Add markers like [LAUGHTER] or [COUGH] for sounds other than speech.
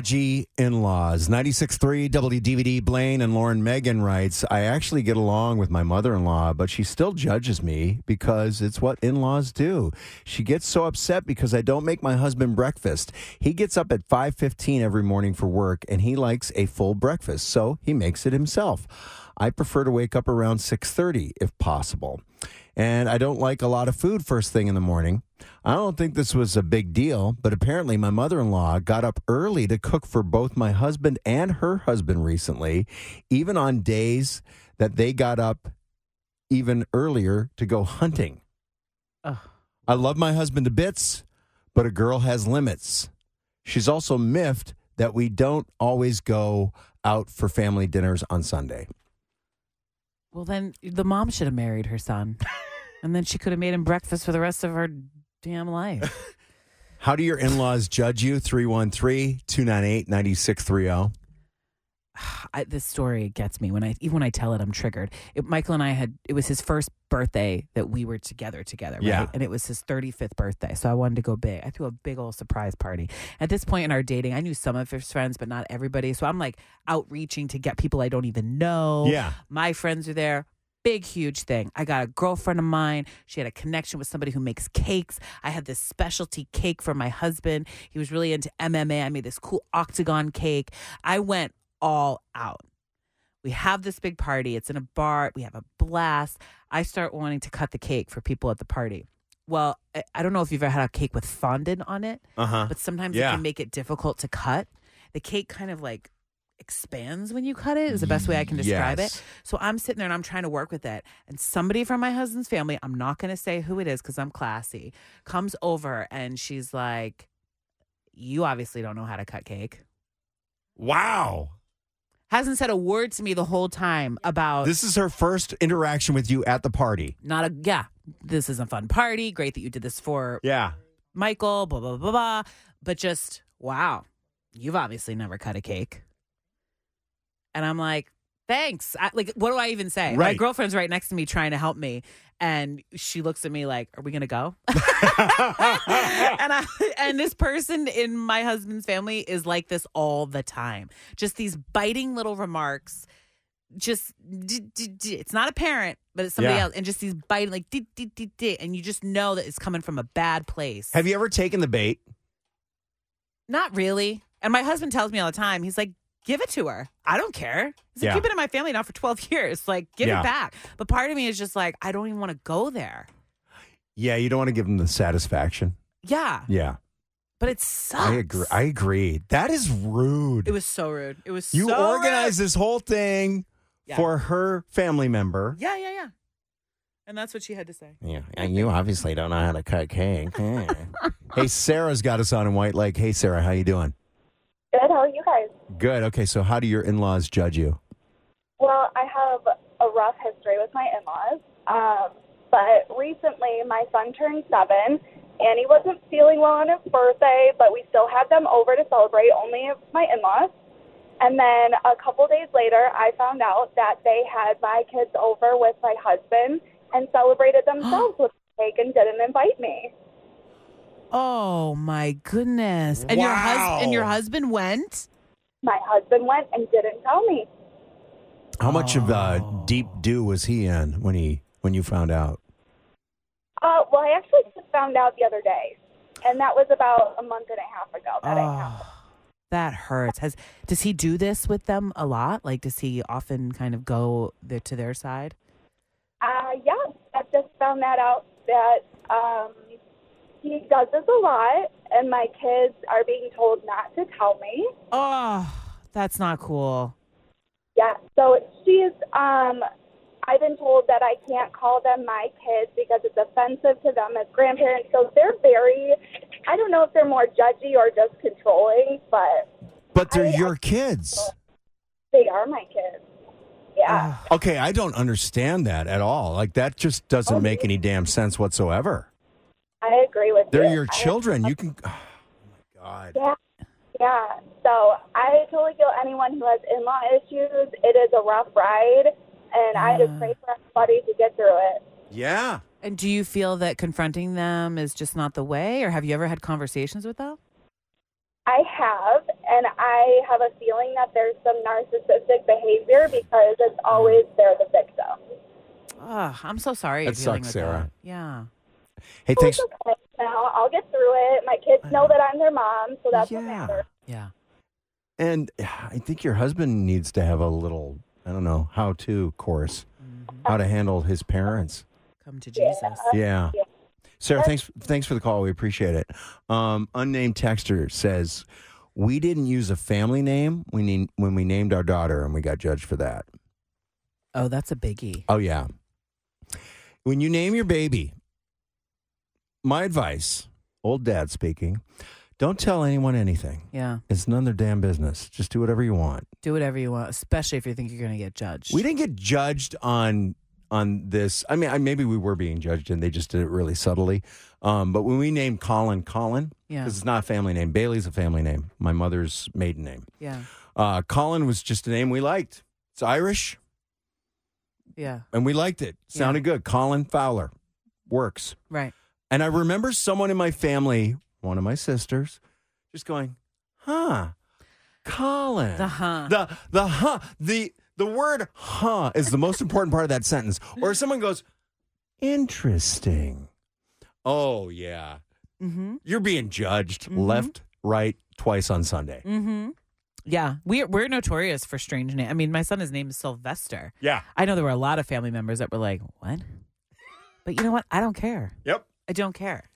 Judgy in laws. 96.3 WDVD Blaine and Lauren Megan writes I actually get along with my mother in law, but she still judges me because it's what in laws do. She gets so upset because I don't make my husband breakfast. He gets up at 5.15 every morning for work and he likes a full breakfast, so he makes it himself. I prefer to wake up around 6.30 if possible. And I don't like a lot of food first thing in the morning. I don't think this was a big deal, but apparently my mother in law got up early to cook for both my husband and her husband recently, even on days that they got up even earlier to go hunting. Ugh. I love my husband to bits, but a girl has limits. She's also miffed that we don't always go out for family dinners on Sunday. Well, then the mom should have married [LAUGHS] her son, and then she could have made him breakfast for the rest of her damn [SIGHS] life. [SIGHS] How do your in laws judge you? 313 298 9630. I, this story gets me when I even when I tell it, I'm triggered. It, Michael and I had it was his first birthday that we were together together, right? Yeah. And it was his 35th birthday, so I wanted to go big. I threw a big old surprise party. At this point in our dating, I knew some of his friends, but not everybody. So I'm like outreaching to get people I don't even know. Yeah. My friends are there. Big, huge thing. I got a girlfriend of mine. She had a connection with somebody who makes cakes. I had this specialty cake for my husband. He was really into MMA. I made this cool octagon cake. I went all out. We have this big party. It's in a bar. We have a blast. I start wanting to cut the cake for people at the party. Well, I- I don't know if you've ever had a cake with fondant on it, Uh huh. but sometimes Yeah. it can make it difficult to cut. The cake kind of like expands when you cut it, is the best way I can describe Yes. it. So I'm sitting there and I'm trying to work with it. And somebody from my husband's family, I'm not going to say who it is because I'm classy, comes over and she's like, You obviously don't know how to cut cake. Wow. Hasn't said a word to me the whole time about This is her first interaction with you at the party. not a, yeah, this is a fun party. Great that you did this for [LAUGHS] Yeah. Michael, blah, blah, blah, blah. But just, wow, you've obviously never cut a cake. And I'm like, thanks. I, like, what do I even say? My Right. girlfriend's right next to me trying to help me. And she looks at me like, are we going to go? [LAUGHS] and I and this person in my husband's family is like this all the time. Just these biting little remarks. Just d- d- d- it's not a parent, but it's somebody Yeah. else, and just these biting like d- d- d- d- and you just know that it's coming from a bad place. Have you ever taken the bait? not really. And my husband tells me all the time. He's like, "Give it to her. I don't care. He's like, Yeah. You've been in my family now for twelve [LAUGHS] years. Like, give Yeah. it back." But part of me is just like, I don't even want to go there. Yeah, you don't want to give them the satisfaction. Yeah, Yeah. but it sucks. I agree. I agree. That is rude. it was so rude. It was you so rude. organized this whole thing Yeah. for her family member. Yeah, yeah, yeah. And that's what she had to say. Yeah. And you obviously don't know how to cut [LAUGHS] cake. Yeah. hey, Sarah's got us on in White Lake. Hey, Sarah, how you doing? Good. How are you guys? Good. Okay, so how do your in-laws judge you? Well, I have a rough history with my in-laws, um, but recently my son turned seven, and he wasn't feeling well on his birthday, but we still had them over to celebrate. Only my in-laws. And then a couple days later, I found out that they had my kids over with my husband and celebrated themselves with cake and didn't invite me. Oh my goodness! And your husband and your husband went. My husband went and didn't tell me. How much of uh, Oh. deep do was he in when he when you found out? Uh, well, I actually just found out the other day, and that was about a month and a half ago Ah. that it happened. Oh, that hurts. Has does he do this with them a lot? Like, does he often kind of go the, to their side? Uh, yeah, I just found that out that um, he does this a lot, and my kids are being told not to tell me. Oh, that's not cool. Yeah, so she's. Um, I've been told that I can't call them my kids because it's offensive to them as grandparents. So they're very. I don't know if they're more judgy or just controlling, but But they're I- your kids. they are my kids. Uh-huh. Yeah. Ugh. Okay, I don't understand that at all. Like that just Oh, doesn't make any damn sense whatsoever. I agree with you. They're your I- children. You can Oh my god. Yeah, yeah. So I totally feel anyone who has in-law issues. It is a rough ride, and I just Yeah. pray for everybody to get through it. Yeah. And do you feel that confronting them is just not the way, or have you ever had conversations with them? I have, And I have a feeling that there's some narcissistic behavior because it's always they're the victim. Ugh, Ah, I'm so sorry. That you're dealing sucks, with that. Sarah. Yeah. Hey, thanks. It's okay now. I'll get through it. My kids know that I'm their mom, so that's what Yeah. matters. Yeah. And I think your husband needs to have a little, I don't know, how to course, Mm-hmm. how to handle his parents. Come to Jesus. Yeah. Yeah. Sarah, thanks thanks for the call. We appreciate it. Um, unnamed texter says we didn't use a family name we need, when we named our daughter, and we got judged for that. Oh, that's a biggie. Oh yeah. When you name your baby, my advice, old dad speaking, don't tell anyone anything. Yeah. It's none of their damn business. Just do whatever you want. Do whatever you want, especially if you think you're going to get judged. We didn't get judged on on this. I mean, I, maybe we were being judged, and they just did it really subtly. Um, but when we named Colin Colin, Yeah. because it's not a family name. Bailey's a family name. My mother's maiden name. yeah. Uh, Colin was just a name we liked. It's Irish, Yeah. and we liked it. Yeah. Sounded good. Colin Fowler works. Right. And I remember someone in my family, one of my sisters, just going, "Huh, Colin." The huh. the the huh the the word huh is the most important part of that sentence. Or if someone goes, interesting. Oh yeah. mm-hmm. You're being judged Mhm. left, right, twice on Sunday. Mm-hmm. Yeah. We, we're notorious for strange names. I mean, my son, his name is Sylvester. Yeah. I know there were a lot of family members that were like, what? But you know what? I don't care. Yep. I don't care.